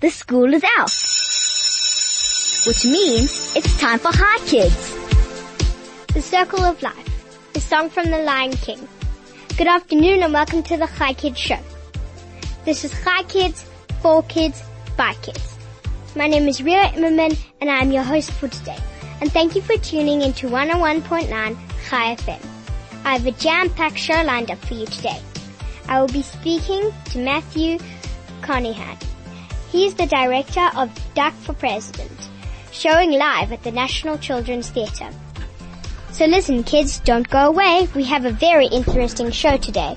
the school is out. Which means it's time for Hi Kids. The Circle of Life, a song from The Lion King. Good afternoon and welcome to the Hi Kids show. This is Hi Kids, for kids, by kids. My name is Ria Immerman and I am your host for today. And thank you for tuning in to 101.9 Hi FM. I have a jam-packed show lined up for you today. I will be speaking to Matthew Conihan. He is the director of Duck for President, showing live at the National Children's Theatre. So listen kids, don't go away. We have a very interesting show today.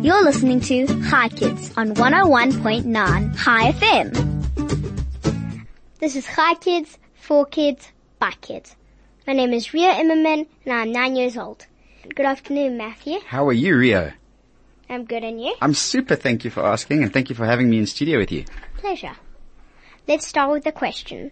You're listening to Hi Kids on 101.9 Hi FM. This is Hi Kids, for kids, by kids. My name is Ria Immerman and I'm nine years old. Good afternoon, Matthew. How are you, Rio? I'm good and you? I'm super. Thank you for asking, and thank you for having me in studio with you. Pleasure. Let's start with a question.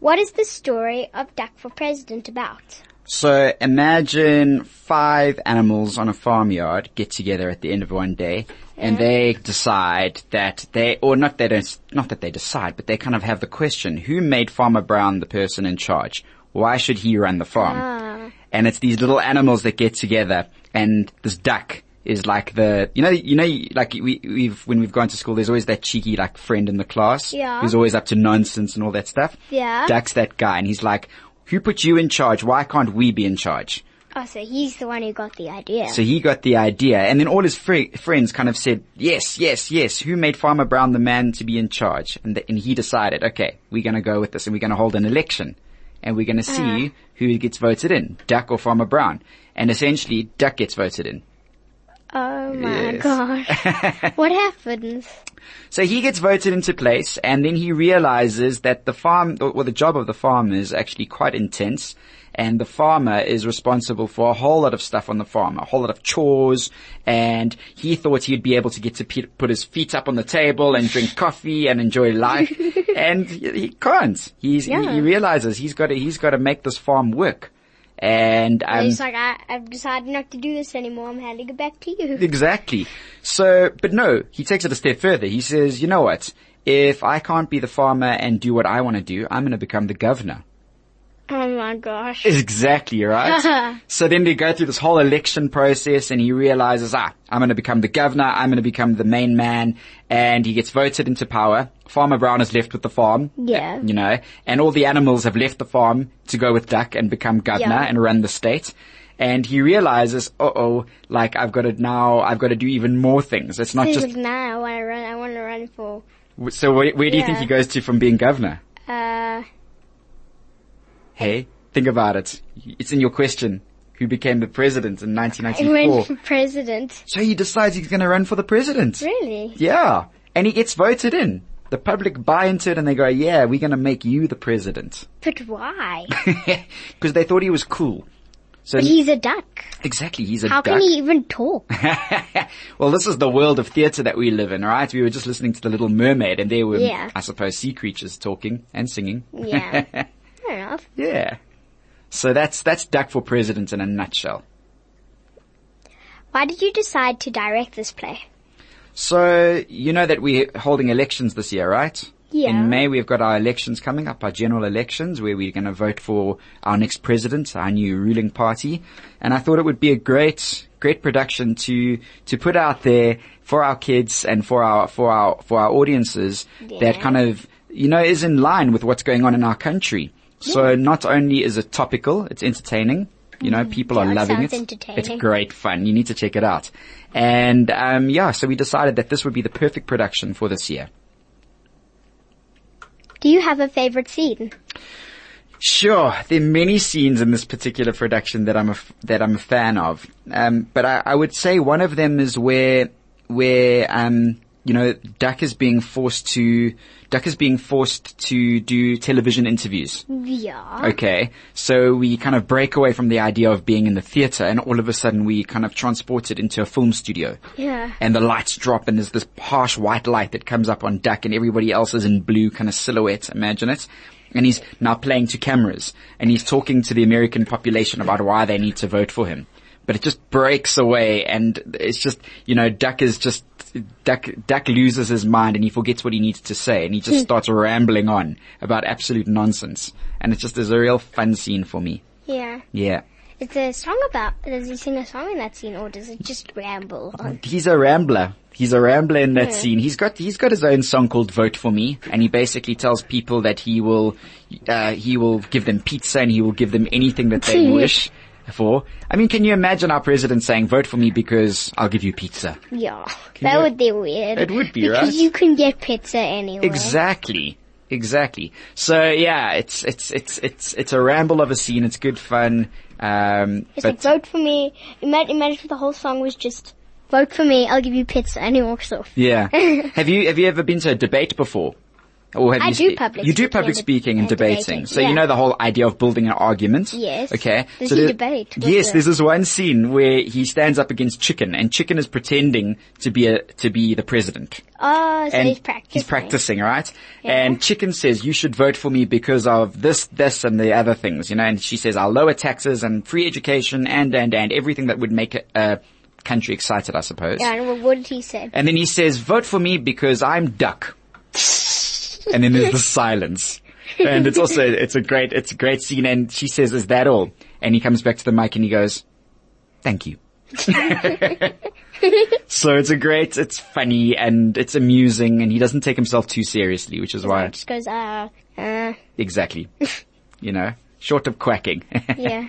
What is the story of Duck for President about? So imagine five animals on a farmyard get together at the end of one day and they decide that they, or not they don't, not that they decide, but they kind of have the question, who made Farmer Brown the person in charge? Why should he run the farm? And it's these little animals that get together and this duck is like the, you know, you know, like we, we've, when we've gone to school, there's always that cheeky like friend in the class Yeah. who's always up to nonsense and all that stuff. Yeah. Duck's that guy and he's like, who put you in charge? Why can't we be in charge? Oh, so he's the one who got the idea. So he got the idea, and then all his fri friends kind of said, "Yes, yes, yes." Who made Farmer Brown the man to be in charge? And, th and he decided, "Okay, we're going to go with this, and we're going to hold an election, and we're going to see who gets voted in, Duck or Farmer Brown." And essentially, Duck gets voted in. oh my Yes. gosh. what happens? So he gets voted into place, and then he realizes that the farm, or or the job of the farmer is actually quite intense, and the farmer is responsible for a whole lot of stuff on the farm, a whole lot of chores, and he thought he'd be able to get to pe- put his feet up on the table and drink coffee and enjoy life, and he, he can't. He's, he- Yeah. he, realizes he's got to, he's got to make this farm work. And, um, he's like, I, I've decided not to do this anymore. I'm handing it back to you. Exactly. So, but no, he takes it a step further. He says, you know what? If I can't be the farmer and do what I want to do, I'm going to become the governor. Oh my gosh. Exactly, right? so then they go through this whole election process and he realizes, ah, I'm going to become the governor. I'm going to become the main man. And he gets voted into power. Farmer Brown is left with the farm. Yeah. You know, and all the animals have left the farm to go with Duck and become governor Yeah. and run the state. And he realizes, uh oh, like I've got to now, I've got to do even more things. It's not He's just, like, nah, I want to run, I want to run for, so where, where do you think Yeah. he goes to from being governor? uh, Hey, think about it. It's in your question. Who became the president in I went 1994? for president. So he decides he's going to run for the president. Really? Yeah. And he gets voted in. The public buy into it and they go, yeah, we're going to make you the president. But why? Because they thought he was cool. So But he's a duck. Exactly, he's a How duck. can he even talk? well, this is the world of theatre that we live in, right? We were just listening to The Little Mermaid, and there were, Yeah. I suppose, sea creatures talking and singing. Yeah. Fair enough. yeah. So that's that's Duck for President in a nutshell. Why did you decide to direct this play? So you know that we're holding elections this year, right? Yeah. In May we've got our elections coming up, our general elections, where we're going to vote for our next president, our new ruling party, and I thought it would be a great, great production to to put out there for our kids and for our for our for our audiences that Yeah. kind of you know is in line with what's going on in our country. So not only is it topical, it's entertaining. You know, people Yeah, are it loving sounds it. It's entertaining. great fun. You need to check it out. And um, yeah, so we decided that this would be the perfect production for this year. Do you have a favorite scene? Sure, there are many scenes in this particular production that I'm a f- that I'm a fan of, um, but I, I would say one of them is where where um, you know Duck is being forced to Duck is being forced to do television interviews. Mm-hmm. Yeah. Okay, so we kind of break away from the idea of being in the theater and all of a sudden we kind of transported into a film studio. Yeah. And the lights drop and there's this harsh white light that comes up on Duck and everybody else is in blue kind of silhouettes, imagine it. And he's now playing to cameras and he's talking to the American population about why they need to vote for him. but it just breaks away and it's just, you know, Duck is just, Duck, Duck loses his mind and he forgets what he needs to say and he just starts rambling on about absolute nonsense. And it's just, there's a real fun scene for me. Yeah. Yeah. Is there a song about, does he sing a song in that scene or does it just ramble on? he's a rambler. He's a rambler in that scene. He's got he's got his own song called "Vote for Me," and he basically tells people that he will uh, he will give them pizza and he will give them anything that they wish for. I mean, can you imagine our president saying "Vote for me" because I'll give you pizza? Yeah. that you- would be weird. It would be, Because right? you can get pizza anywhere. Exactly. Exactly. So yeah, it's it's it's it's it's a ramble of a scene. It's good fun. Um, It's but like, vote for me. Imagine, imagine if the whole song was just, vote for me, I'll give you pizza, and he walks off. Yeah. have you have you ever been to a debate before? Or have I you do public You do speaking public and de- speaking and and debating, debating. So yeah. you know the whole idea of building an argument. Yes. Okay. There's so a debate with Yes, the- there's this one scene where he stands up against Chicken and Chicken is pretending to be a to be the president. Oh, so and he's practicing. He's practicing, right? And Chicken says, you should vote for me because of this, this, and the other things, you know, and she says, I'll lower taxes and free education and, and, and everything that would make a, a country excited, I suppose. Yeah, and what- what did he say? And then he says, vote for me because I'm duck. and then there's the silence. And it's also, it's a great, it's a great scene. And she says, is that all? And he comes back to the mic and he goes, thank you. so it's a great, it's funny and it's amusing and he doesn't take himself too seriously, which is He why, just goes, uh, uh, exactly, you know, short of quacking. yeah.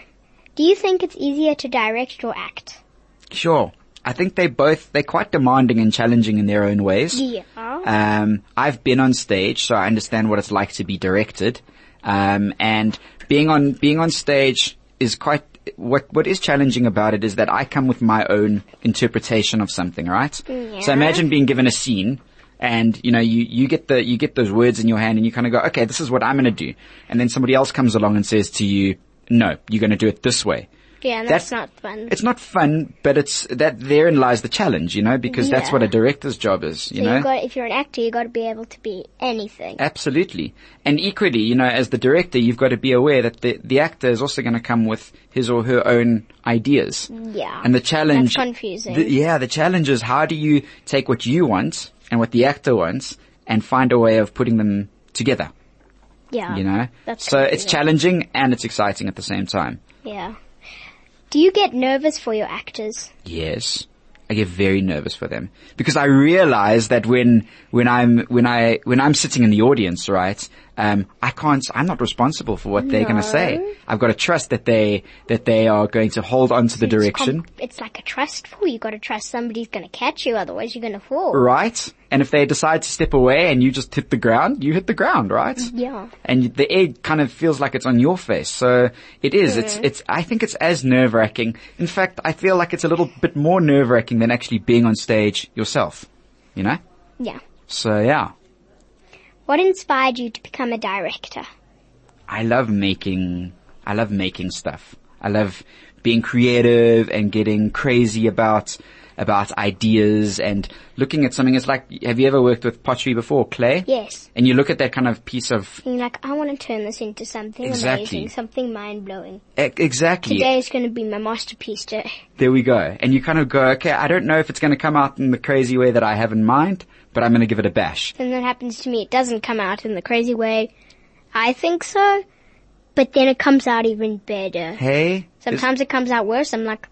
Do you think it's easier to direct or act? sure. I think they both, they're quite demanding and challenging in their own ways. Yeah. Um, I've been on stage, so I understand what it's like to be directed. Um, and being on being on stage is quite what what is challenging about it is that I come with my own interpretation of something, right? So imagine being given a scene. And you know, you, you get the you get those words in your hand, and you kind of go, okay, this is what I'm going to do. And then somebody else comes along and says to you, no, you're going to do it this way yeah, and that's, not fun. it's not fun, but it's that therein lies the challenge, you know, because that's Yeah. what a director's job is, you So know. you got, if you're an actor, you got to be able to be anything. Absolutely. And equally, you know, as the director, you've got to be aware that the, the actor is also going to come with his or her own ideas. Yeah. And the challenge. That's confusing. the- yeah, the challenge is how do you take what you want and what the actor wants and find a way of putting them together, yeah. you know? Ah, That's so it's confusing. challenging and it's exciting at the same time. Yeah. Do you get nervous for your actors? Yes. I get very nervous for them because I realize that when, when I'm, when I, when I'm sitting in the audience, right, um, I can't, I'm not responsible for what they're going to say. I've got to trust that they, that they are going to hold on to the direction, It's, com- it's like a trust fall. You got to trust somebody's going to catch you, otherwise you're going to fall. right? And if they decide to step away and you just hit the ground, you hit the ground, right? Yeah. and the egg kind of feels like it's on your face. So it is. It's it's. I think it's as nerve wracking. In fact, I feel like it's a little bit more nerve wracking than actually being on stage yourself. You know. Yeah. So yeah, What inspired you to become a director? I love making. I love making stuff. I love being creative and getting crazy about about ideas and looking at something. It's like, have you ever worked with pottery before, clay? Yes. And you look at that kind of piece of And you're like, I want to turn this into something Exactly. amazing, something mind blowing. e- exactly. Today is going to be my masterpiece day. there we go. And you kind of go, okay, I don't know if it's going to come out in the crazy way that I have in mind, but I'm going to give it a bash. And that happens to me. It doesn't come out in the crazy way I think so, but then it comes out even better. Hey? this- Sometimes it comes out worse. I'm like,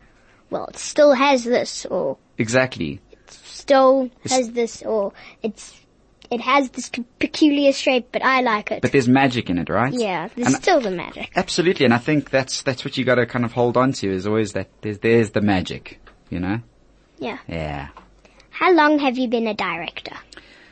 well, it still has this, or Exactly. still has this, or it's it has this c- peculiar shape, but I like it. But there's magic in it, right? yeah, there's And- still the magic. Absolutely. And I think that's, that's what you got to kind of hold on to is always that there's, there's the magic, you know? Yeah. Yeah. How long have you been a director?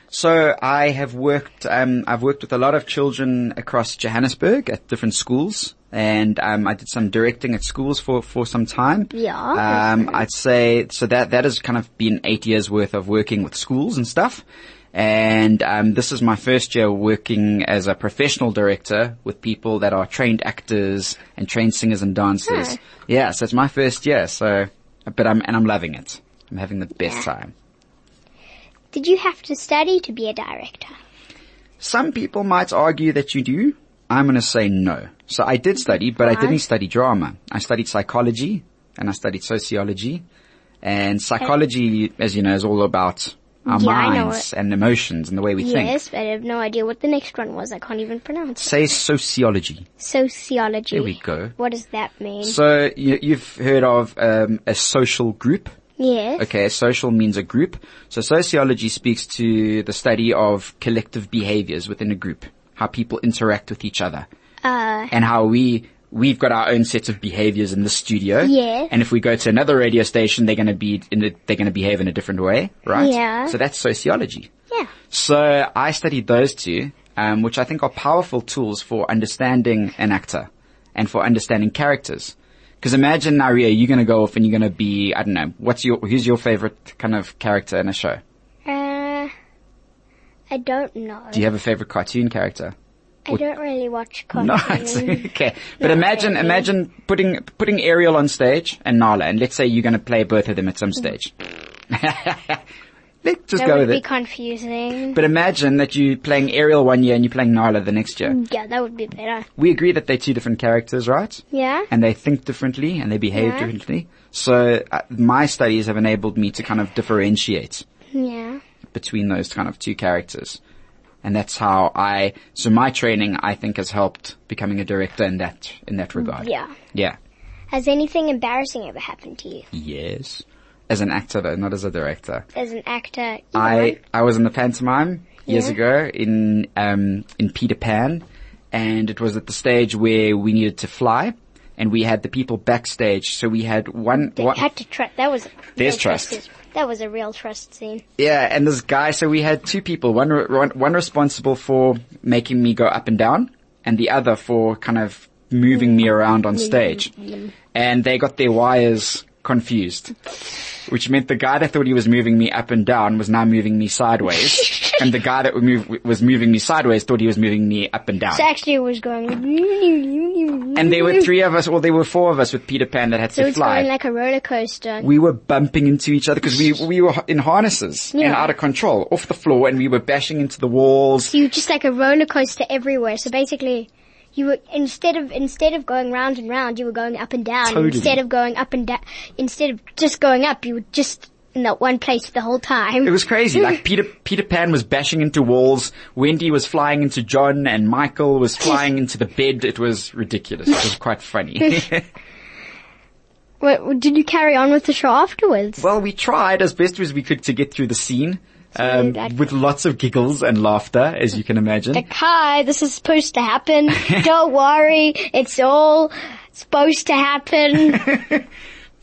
So I have worked. Um, I've worked with a lot of children across Johannesburg at different schools, and um, I did some directing at schools for for some time. Yeah. Um, I'd say so that that has kind of been eight years worth of working with schools and stuff. And um, this is my first year working as a professional director with people that are trained actors and trained singers and dancers. Huh. Yeah, so it's my first year. So, but I'm and I'm loving it. I'm having the best time. Did you have to study to be a director? Some people might argue that you do. I'm going to say no. So I did study, but I didn't study drama. I studied psychology and I studied sociology. And psychology, as you know, is all about our Yeah, I know minds and emotions and the way we think. Yes, but I have no idea what the next one was. I can't even pronounce it. Say sociology. Sociology. There we go. What does that mean? So you, you've heard of um, a social group. yes. Okay, social means a group. So sociology speaks to the study of collective behaviors within a group, how people interact with each other, Uh, and how we we've got our own set of behaviors in the studio. Yes. And if we go to another radio station, they're going to be in a, they're going to behave in a different way, right? Yeah. So that's sociology. yeah. So I studied those two, um, which I think are powerful tools for understanding an actor and for understanding characters. Because imagine, Naria, you're going to go off and you're going to be, I don't know, what's your, who's your favorite kind of character in a show? Uh, I don't know. Do you have a favorite cartoon character? I don't really watch No, cartoons. it's- okay. But imagine, imagine putting, putting Ariel on stage and Nala, and let's say you're going to play both of them at some stage. let's just that go would with be it. confusing. But imagine that you're playing Ariel one year and you're playing Nala the next year. yeah, that would be better. we agree that they're two different characters, right? Yeah. And they think differently and they behave Yeah. differently. So uh, my studies have enabled me to kind of differentiate Yeah. between those kind of two characters. And that's how I, so my training I think has helped becoming a director in that, in that regard. Mm. Yeah. Yeah. Has anything embarrassing ever happened to you? Yes. As an actor though, not as a director. As an actor, either I one? I was in the pantomime years Yeah. ago in um in Peter Pan, and it was at the stage where we needed to fly, and we had the people backstage. So we had one, They one had to trust. That was a There's real trust. That was a real trust scene. yeah, and this guy. So we had two people, one re- one one responsible for making me go up and down, and the other for kind of moving me around on stage, and they got their wires confused. which meant the guy that thought he was moving me up and down was now moving me sideways, and the guy that would move, was moving me sideways thought he was moving me up and down. So actually, it was going. And and there were three of us, or there were four of us with Peter Pan that had So to it's fly. going like a roller coaster. we were bumping into each other because we we were in harnesses and Yeah. out of control, off the floor, and we were bashing into the walls. you just like a roller coaster everywhere. So basically, you were instead of instead of going round and round, you were going up and down. Totally. Instead of going up and down, instead of just going up, you were just in that one place the whole time. It was crazy. Like Peter Peter Pan was bashing into walls. Wendy was flying into John, and Michael was flying into the bed. It was ridiculous. It was quite funny. Wait, did you carry on with the show afterwards? Well, we tried as best as we could to get through the scene, um, that- with lots of giggles and laughter, as you can imagine. Like, hi, this is supposed to happen. Don't worry, it's all supposed to happen.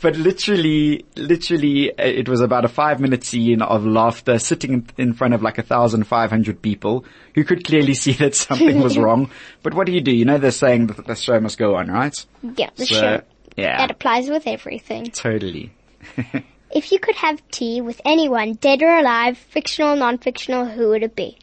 But literally, literally, uh, it was about a five minute scene of laughter sitting in- in front of like a thousand five hundred people who could clearly see that something was wrong. But what do you do? You know they're saying that the show must go on, right? yeah, the So, show. yeah. That applies with everything. Totally. If you could have tea with anyone, dead or alive, fictional, non-fictional, who would it be?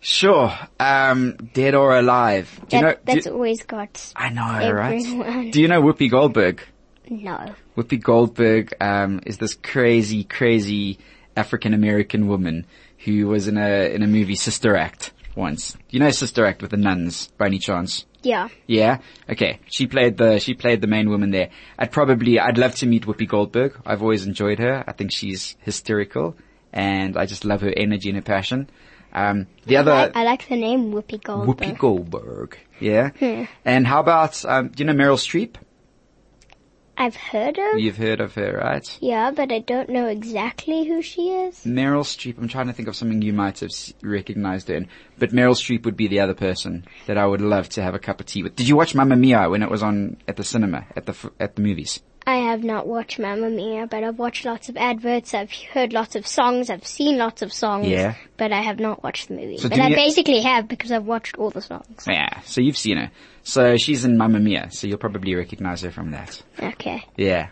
Sure. Um, dead or alive. Do That, you know, do- that's always got I know, everyone. right? Do you know Whoopi Goldberg? no. Whoopi Goldberg um, is this crazy, crazy African American woman who was in a in a movie Sister Act once. You know Sister Act with the nuns by any chance? Yeah. Yeah. Okay. She played the she played the main woman there. I'd probably I'd love to meet Whoopi Goldberg. I've always enjoyed her. I think she's hysterical, and I just love her energy and her passion. Um, the other I, I like the name Whoopi Goldberg. Whoopi Goldberg. Yeah. And how about um, do you know Meryl Streep? I've heard of. You've heard of her, right? Yeah, but I don't know exactly who she is. Meryl Streep. I'm trying to think of something you might have s- recognized her in, but Meryl Streep would be the other person that I would love to have a cup of tea with. Did you watch Mamma Mia when it was on at the cinema at the f- at the movies? I have not watched Mamma Mia, but I've watched lots of adverts, I've heard lots of songs, I've seen lots of songs. Yeah. But I have not watched the movie. So but do I you- basically have because I've watched all the songs. Yeah, so you've seen her. So she's in Mamma Mia, so you'll probably recognize her from that. Okay. Yeah.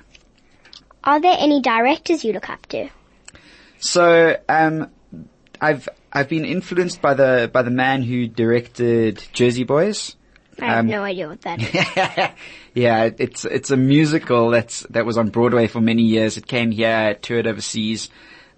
Are there any directors you look up to? So um, I've I've been influenced by the by the man who directed Jersey Boys. I have Um, no idea what that is. yeah, it- it's it's a musical that's that was on Broadway for many years. It came here, it toured overseas,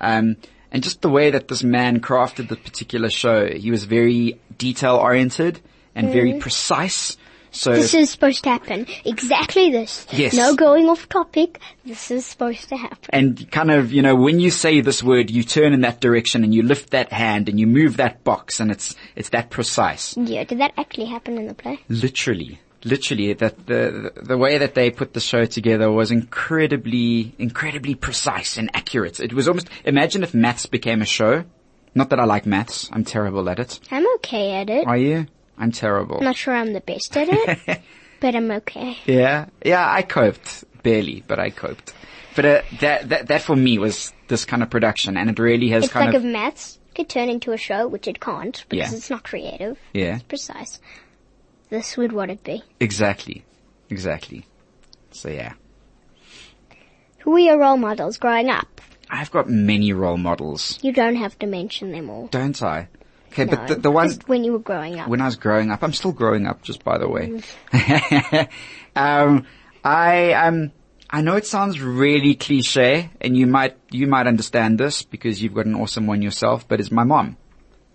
um, and just the way that this man crafted the particular show, he was very detail oriented and very precise. So This is supposed to happen. Exactly this. Yes. No going off topic. This is supposed to happen. and kind of, you know, when you say this word, you turn in that direction and you lift that hand and you move that box and it's, it's that precise. yeah, did that actually happen in the play? Literally. Literally, that the, the way that they put the show together was incredibly, incredibly precise and accurate. It was almost, imagine if maths became a show. Not that I like maths. I'm terrible at it. I'm okay at it. Are you? I'm terrible. Not sure I'm the best at it, but I'm okay. Yeah, yeah, I coped barely, but I coped. But uh, that that that for me was this kind of production, and it really has It's kind like of if maths could turn into a show, which it can't because Yeah. it's not creative. yeah, It's precise. This would what it be. exactly, exactly. So yeah, Who were your role models growing up? I've got many role models, You don't have to mention them all. don't I? Okay, but the, No, the one just when you were growing up. when I was growing up, I'm still growing up, just by the way. um, I um, I know it sounds really cliche, and you might you might understand this because you've got an awesome one yourself. But it's my mom.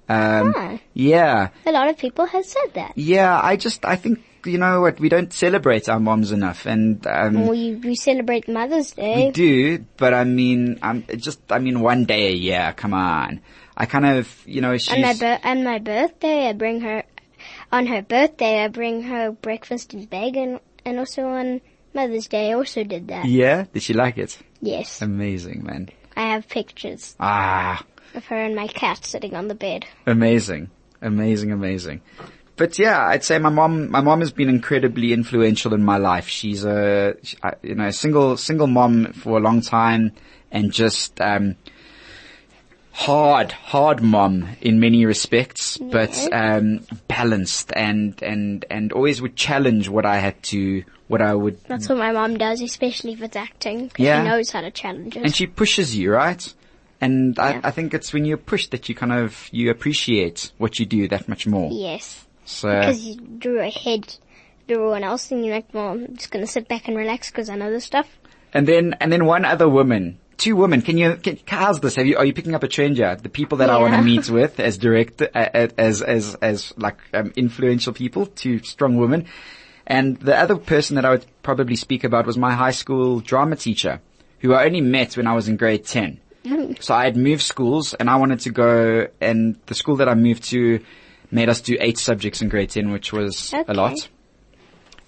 Um, Ah, yeah. a lot of people have said that. Yeah, I just, I think, you know what, we don't celebrate our moms enough and, um, Well, you, you celebrate Mother's we Day. do, but I mean, I'm it just, I mean, one day a year, come on. I kind of, you know, On my, she's, bir- on my birthday, I bring her, on her birthday, I bring her breakfast and bacon, and also on Mother's Day, I also did that. yeah, did she like it? Yes. um, Amazing, man. I have pictures Ah, of her and my cat sitting on the bed. amazing, amazing, amazing. But yeah, I'd say my mom, my mom has been incredibly influential in my life. She's a, she- I- you know, single, single mom for a long time and just, um, hard, hard mom in many respects, but, um, balanced and, and, and always would challenge what I had to, what I would, That's what my mom does, especially if it's acting, 'cause Mm. Yeah. she knows how to challenge us. and she pushes you, right? And Yeah. I, I think it's when you're pushed that you kind of, you appreciate what you do that much more. yes. So. Because you drew ahead of everyone else, and you're like, well, I'm just gonna sit back and relax because I know this stuff. And then, and then one other woman. Two women. Can you, can, how's this? Have you, are you picking up a trend here? The people that I want to Yeah. meet with as direct, uh, uh, as, as, as like, um, influential people, two strong women. And the other person that I would probably speak about was my high school drama teacher, who I only met when I was in grade 10. Mm-hmm. So I had moved schools and I wanted to go and the school that I moved to made us do eight subjects in grade 10, which was a Okay. lot.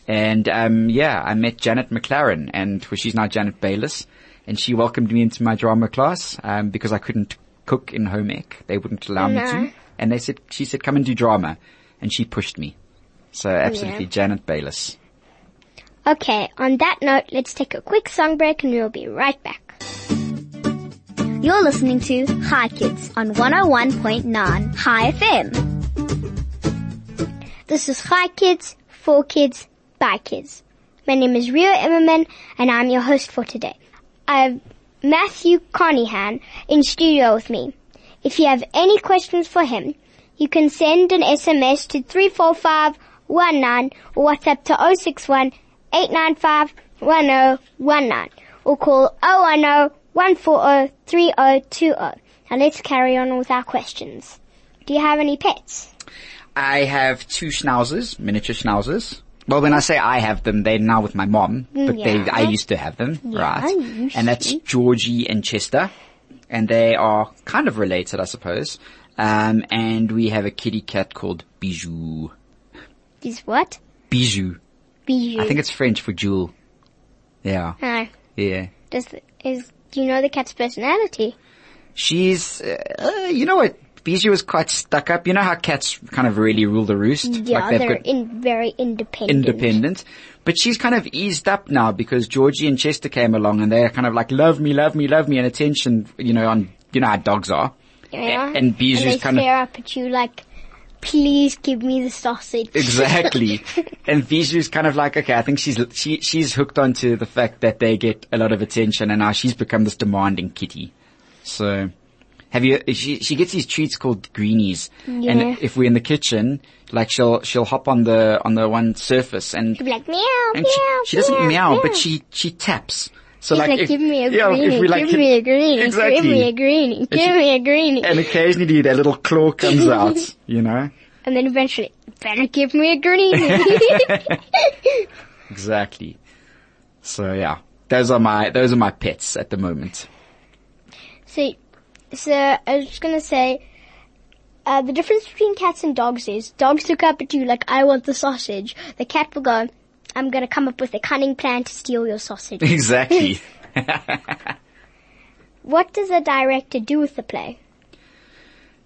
And um, yeah, I met Janet McLaren, and well, she's now Janet Bayless, and she welcomed me into my drama class um, because I couldn't cook in home ec; they wouldn't allow me No. to. And they said, she said, come and do drama, and she pushed me. So absolutely, Yeah. Janet Bayless. Okay, on that note, let's take a quick song break and we'll be right back. You're listening to Hi Kids on 101.9 Hi FM. This is Hi Kids, for Kids, by Kids. My name is Rio Emmerman and I'm your host for today. I have Matthew Carnahan in studio with me. If you have any questions for him, you can send an SMS to 34519 or WhatsApp to 061 895 1019 or call 010 140 3020. Now let's carry on with our questions. Do you have any pets? I have two schnauzers, miniature schnauzers. Well, when I say I have them, they're now with my mom, but they, Mm, yeah. I used to have them, right? you And that's Georgie and Chester, and they are kind of related, I suppose. Um, and we have a kitty cat called Bijou. Is what? Bijou. Bijou. I think it's French for jewel. Yeah, No. yeah. Does the, is do you know the cat's personality? She's, uh, you know what? Bijou is quite stuck up. You know how cats kind of really rule the roost? Yeah, they've they're got- in very independent. independent. But she's kind of eased up now because Georgie and Chester came along and they're kind of like, love me, love me, love me, and attention, you know, on, you know how dogs are. Yeah. A- and Bijou's and they kind of- stare up at you like, please give me the sausage. Exactly. and Bijou's kind of like, okay, I think she's, she, she's hooked onto the fact that they get a lot of attention and now she's become this demanding kitty. So. Have you, she, she gets these treats called greenies. Yeah. And if we're in the kitchen, like she'll, she'll hop on the, on the one surface and You'd be like meow, and meow. she, she doesn't meow, but meow." she she taps. So She's like, like, if- give me a yeah, if greenie, we, like, give hit- me a greenie, exactly. give me a greenie, give she- me a greenie. And And, occasionally that little claw comes out, you know. then eventually, better give me a granny. Exactly. So yeah, those are my those are my pets at the moment. So, so I was just gonna say, uh, the difference between cats and dogs is dogs look up at you like, I want the sausage. The cat will go, I'm gonna come up with a cunning plan to steal your sausage. Exactly. what does a director do with the play?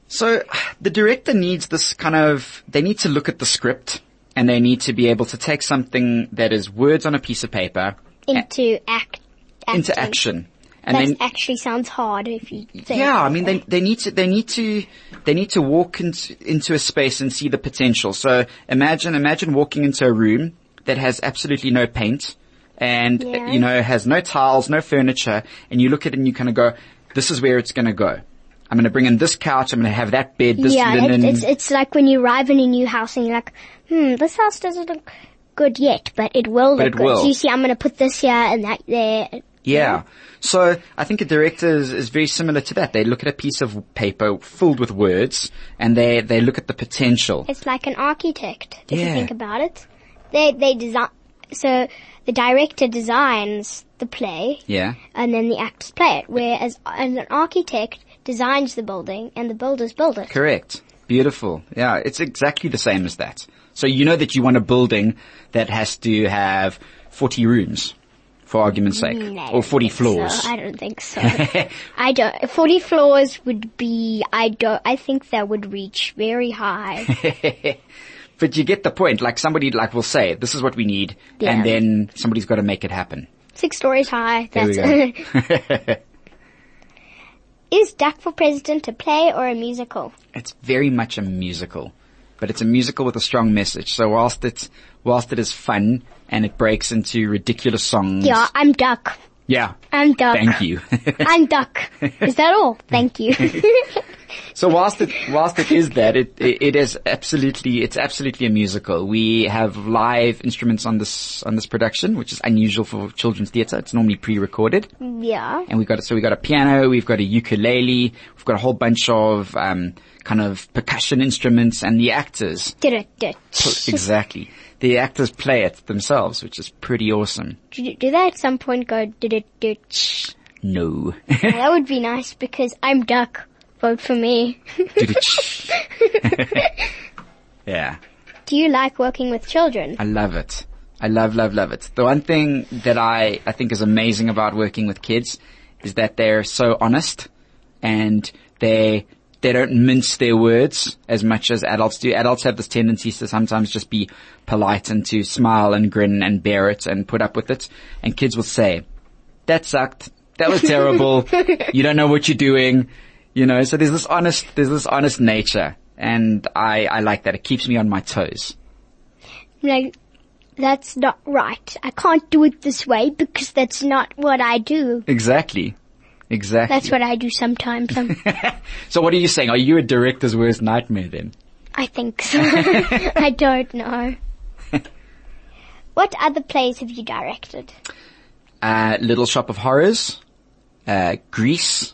So the director needs this kind of, they need to look at the script and they need to be able to take something that is words on a piece of paper Into act, acting. into action. And That then, actually sounds hard if you say yeah, I mean, they, they need to, they need to, they need to walk into, into a space and see the potential. So imagine, imagine walking into a room that has absolutely no paint and, uh, Yeah. you know, has no tiles, no furniture, and you look at it and you kind of go, this is where it's going to go. I'm going to bring in this couch. I'm going to have that bed, this yeah, linen. it, it's it's like when you arrive in a new house and you're like, hmm, this house doesn't look good yet, but it will look it good. will. So you see, I'm gonna put this here and that there. Yeah. So I think a director is, is very similar to that. They look at a piece of paper filled with words and they, they look at the potential. It's like an architect if Yeah. you think about it. They they design. So the director designs the play, Yeah. and then the actors play it. Whereas an an architect designs the building, and the builders build it. Correct. Beautiful. Yeah. It's exactly the same as that. So you know that you want a building that has to have 40 rooms for argument's sake No, Mm, I or don't 40 think floors. So. I don't think so. I don't. Forty floors would be. I don't. I think that would reach very high. but you get the point. Like somebody like will say, this is what we need. Yeah. And then somebody's got to make it happen. Six stories high. There we That's Is Duck for President a play or a musical? it's very much a musical, but it's a musical with a strong message. So whilst it's, whilst it is fun and it breaks into ridiculous songs. Yeah, I'm Duck. Yeah. I'm Duck. Thank you. I'm Duck. Is that all? Thank you. so whilst it, whilst it is that, it, it, it is absolutely, it's absolutely a musical. We have live instruments on this, on this production, which is unusual for children's theatre. It's normally pre-recorded. Mm. yeah. and we got so we got a piano, we've got a ukulele, we've got a whole bunch of um, kind of percussion instruments, and the actors Did it? Did exactly. The actors play it themselves, which is pretty awesome. you do that at some point? Go did it? Did No. That would be nice because I'm Duck. Vote for me. yeah. Do you like working with children? I love it. I love, love, love it. The one thing that I, I think is amazing about working with kids is that they're so honest and they, they don't mince their words as much as adults do. Adults have this tendency to sometimes just be polite and to smile and grin and bear it and put up with it. And kids will say, that sucked. That was terrible. you don't know what you're doing. You know, so there's this honest, there's this honest nature. And I, I like that. It keeps me on my toes. I'm like, that's not right. I can't do it this way because that's not what I do. Exactly. Exactly. That's what I do sometimes. i so what are you saying? Are you a director's worst nightmare then? I think so. I don't know. what other plays have you directed? Uh, Little Shop of Horrors, uh, Greece.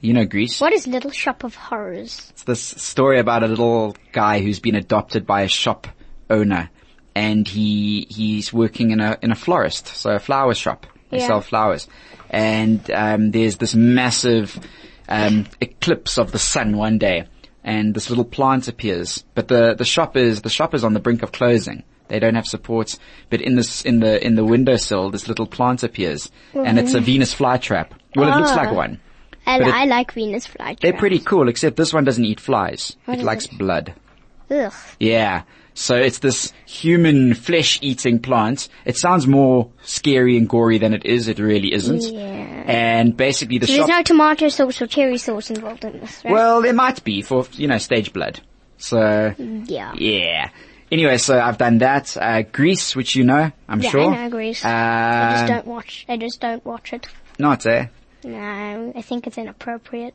You know Greece. What is Little Shop of Horrors? It's this story about a little guy who's been adopted by a shop owner and he, he's working in a, in a florist, so a flower shop. They Yeah. sell flowers. And, um, there's this massive, um, eclipse of the sun one day and this little plant appears, but the, the shop is, the shop is on the brink of closing. They don't have supports, but in this, in the, in the windowsill, this little plant appears and it's a Venus flytrap. Well, it looks like Mm-hmm. Ah. one. I, But it- I like Venus Flytrap. They're pretty cool, except this one doesn't eat flies. it is likes blood. Ugh. Yeah. So it's this human flesh-eating plant. It sounds more scary and gory than it is. It really isn't. Yeah. And basically the So shop. there's no tomato sauce or cherry sauce involved in this, right? well, there might be for you know stage blood. So yeah. yeah. Anyway, so I've done that. Uh, Greece, which you know, I'm Yeah, I sure. know Grease. I just Uh, don't watch. I just don't watch it. not eh? No, I think it's inappropriate.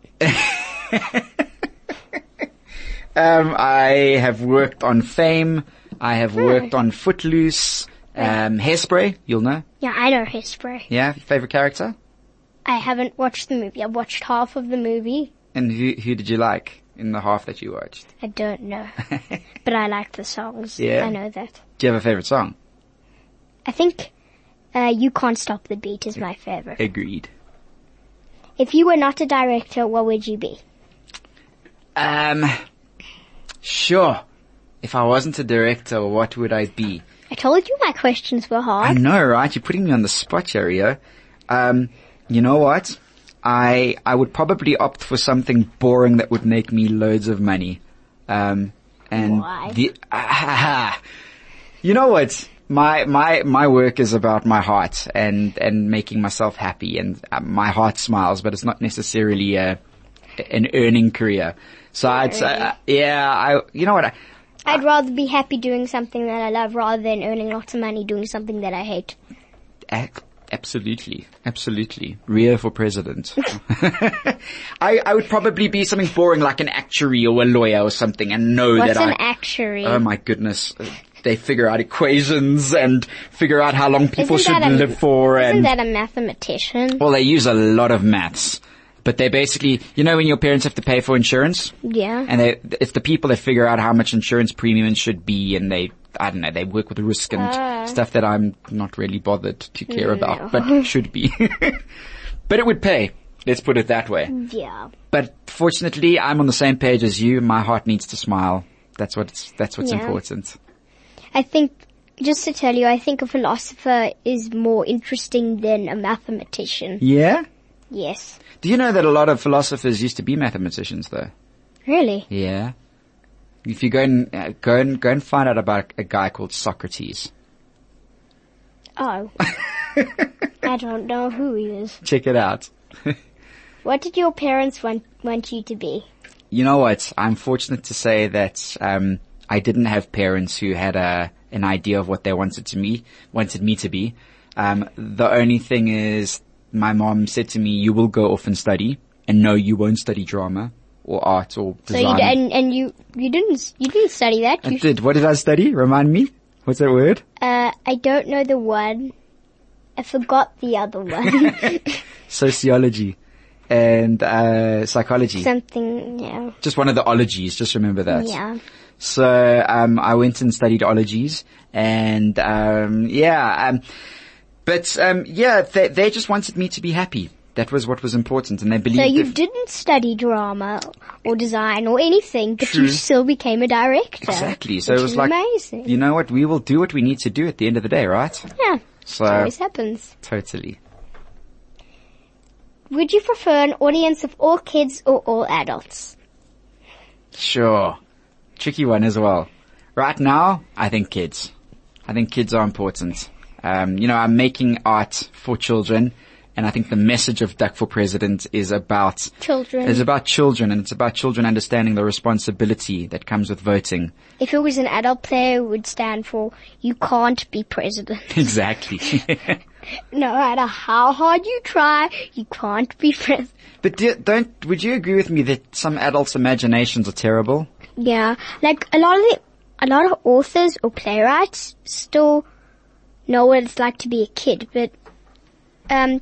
Um, I have worked on Fame. I have worked on Footloose. Um, Hairspray, you'll know. Yeah, I know Hairspray. Yeah, favorite character. I haven't watched the movie. I've watched half of the movie. And who who did you like? in the half that you watched? I don't know. but I like the songs. Yeah. I know that. Do you have a favorite song? I think uh, You Can't Stop the Beat is my favorite. Agreed. If you were not a director, what would you be? Um, sure. If I wasn't a director, what would I be? I told you my questions were I hard. know, right? You're putting me on the spot, here, Rio. Um, you know what? I I would probably opt for something boring that would make me loads of money. Um, and Why? the you know what? My my my work is about my heart and and making myself happy, and uh, my heart smiles, but it's not necessarily a an earning career. So I'd say, uh, yeah, I you know what? I, I'd rather be happy doing something that I love rather than earning lots of money doing something that I hate. Ac- absolutely, absolutely. Rio for president. I, I would probably be something boring like an actuary or a lawyer or something and know What's that an I, actuary? oh my goodness, they figure out equations and figure out how long people Isn't should that a- live for Isn't and, that a mathematician? well, they use a lot of maths. But they basically, you know when your parents have to pay for insurance? Yeah. And they, it's the people that figure out how much insurance premiums should be and they, I don't know, they work with risk and stuff that I'm not really bothered to care about, but should be. but it would pay. Let's put it that Mm. way. yeah. But fortunately, I'm on the same page as you. My heart needs to smile. That's what's, that's what's Yeah. important. I think, just to tell you, I think a philosopher is more interesting than a mathematician. Yeah? Yes. Do you know that a lot of philosophers used to be mathematicians though? Really? Yeah. If you go and, uh, go and, go and find out about a guy called Socrates. Oh. I don't know who he is. Check it out. What did your parents want, want you to be? You know what? I'm fortunate to say that um, I didn't have parents who had a an idea of what they wanted to me wanted me to be. Um, the only thing is, my mom said to me, "You will go off and study, and no, you won't study drama or art or So design." you, d- and, and you, you didn't, s- you didn't study that. I You, did. What did I study? Remind me. What's that word? uh, I don't know the one. I forgot the other one. Hmm. Sociology and uh, psychology. Something, yeah. just one of the ologies. Just remember that. Yeah. So um, I went and studied ologies, and um, yeah, um, but um, yeah, they, they just wanted me to be happy. That was what was important, and they believed. So you if- didn't study drama or design or anything, but you True. still became a director. exactly. So which it was is like, amazing. you know what? We will do what we need to do at the end of the day, right? Yeah. So Always happens. totally. Would you prefer an audience of all kids or all adults? Sure. Tricky one as well. Right now, I think kids. I think kids are important. Um, you know, I'm making art for children, and I think the message of Duck for President is about Children. It's about children, and it's about children understanding the responsibility that comes with voting. If it was an adult player, it would stand for you can't be president. Exactly. no matter how hard you try, you can't be president. but do, don't. Would you agree with me that some adults' imaginations are terrible? Yeah, like a lot of the, a lot of authors or playwrights still know what it's like to be a kid, but um,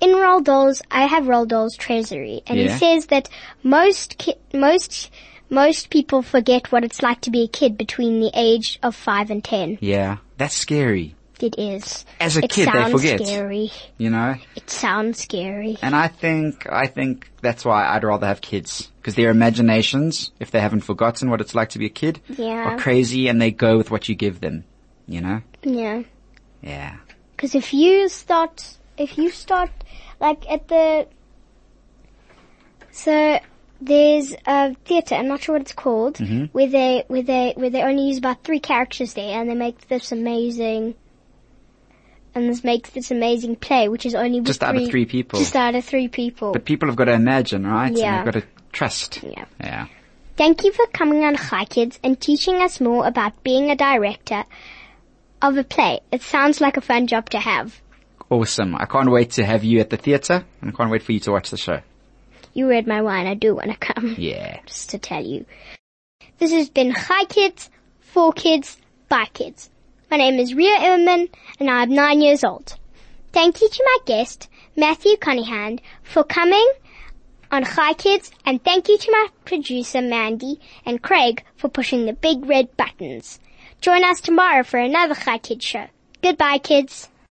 in Roald Dahl's, I have Roald Dahl's Treasury, and Yeah. he says that most ki- most most people forget what it's like to be a kid between the age of five and ten. Yeah, that's scary. It is. As a it kid, they sounds forget. scary. You know, It sounds scary. and I think I think that's why I'd rather have kids because their imaginations, if they haven't forgotten what it's like to be a kid, Yeah. are crazy, and they go with what you give them. You know. Yeah. Yeah. Because if you start, if you start, like at the, so there's a theatre. I'm not sure what it's called, Mm-hmm. where they where they where they only use about three characters there, and they make this amazing, and this makes this amazing play, which is only with Just out of three people. Just out of three people. But people have got to imagine, right? Yeah. And they've got to trust. Yeah. Yeah. Thank you for coming on Hi Kids and teaching us more about being a director of a play. It sounds like a fun job to have. Awesome. I can't wait to have you at the theatre and I can't wait for you to watch the show. You read my wine. I do want to come. Yeah. just to tell you. This has been Hi Kids, for Kids, by Kids. My name is Ria Immerman and I'm nine years old. Thank you to my guest, Matthew Cunningham, for coming on Hi Kids, and thank you to my producer Mandy and Craig for pushing the big red buttons. Join us tomorrow for another Hi Kids show. Goodbye kids.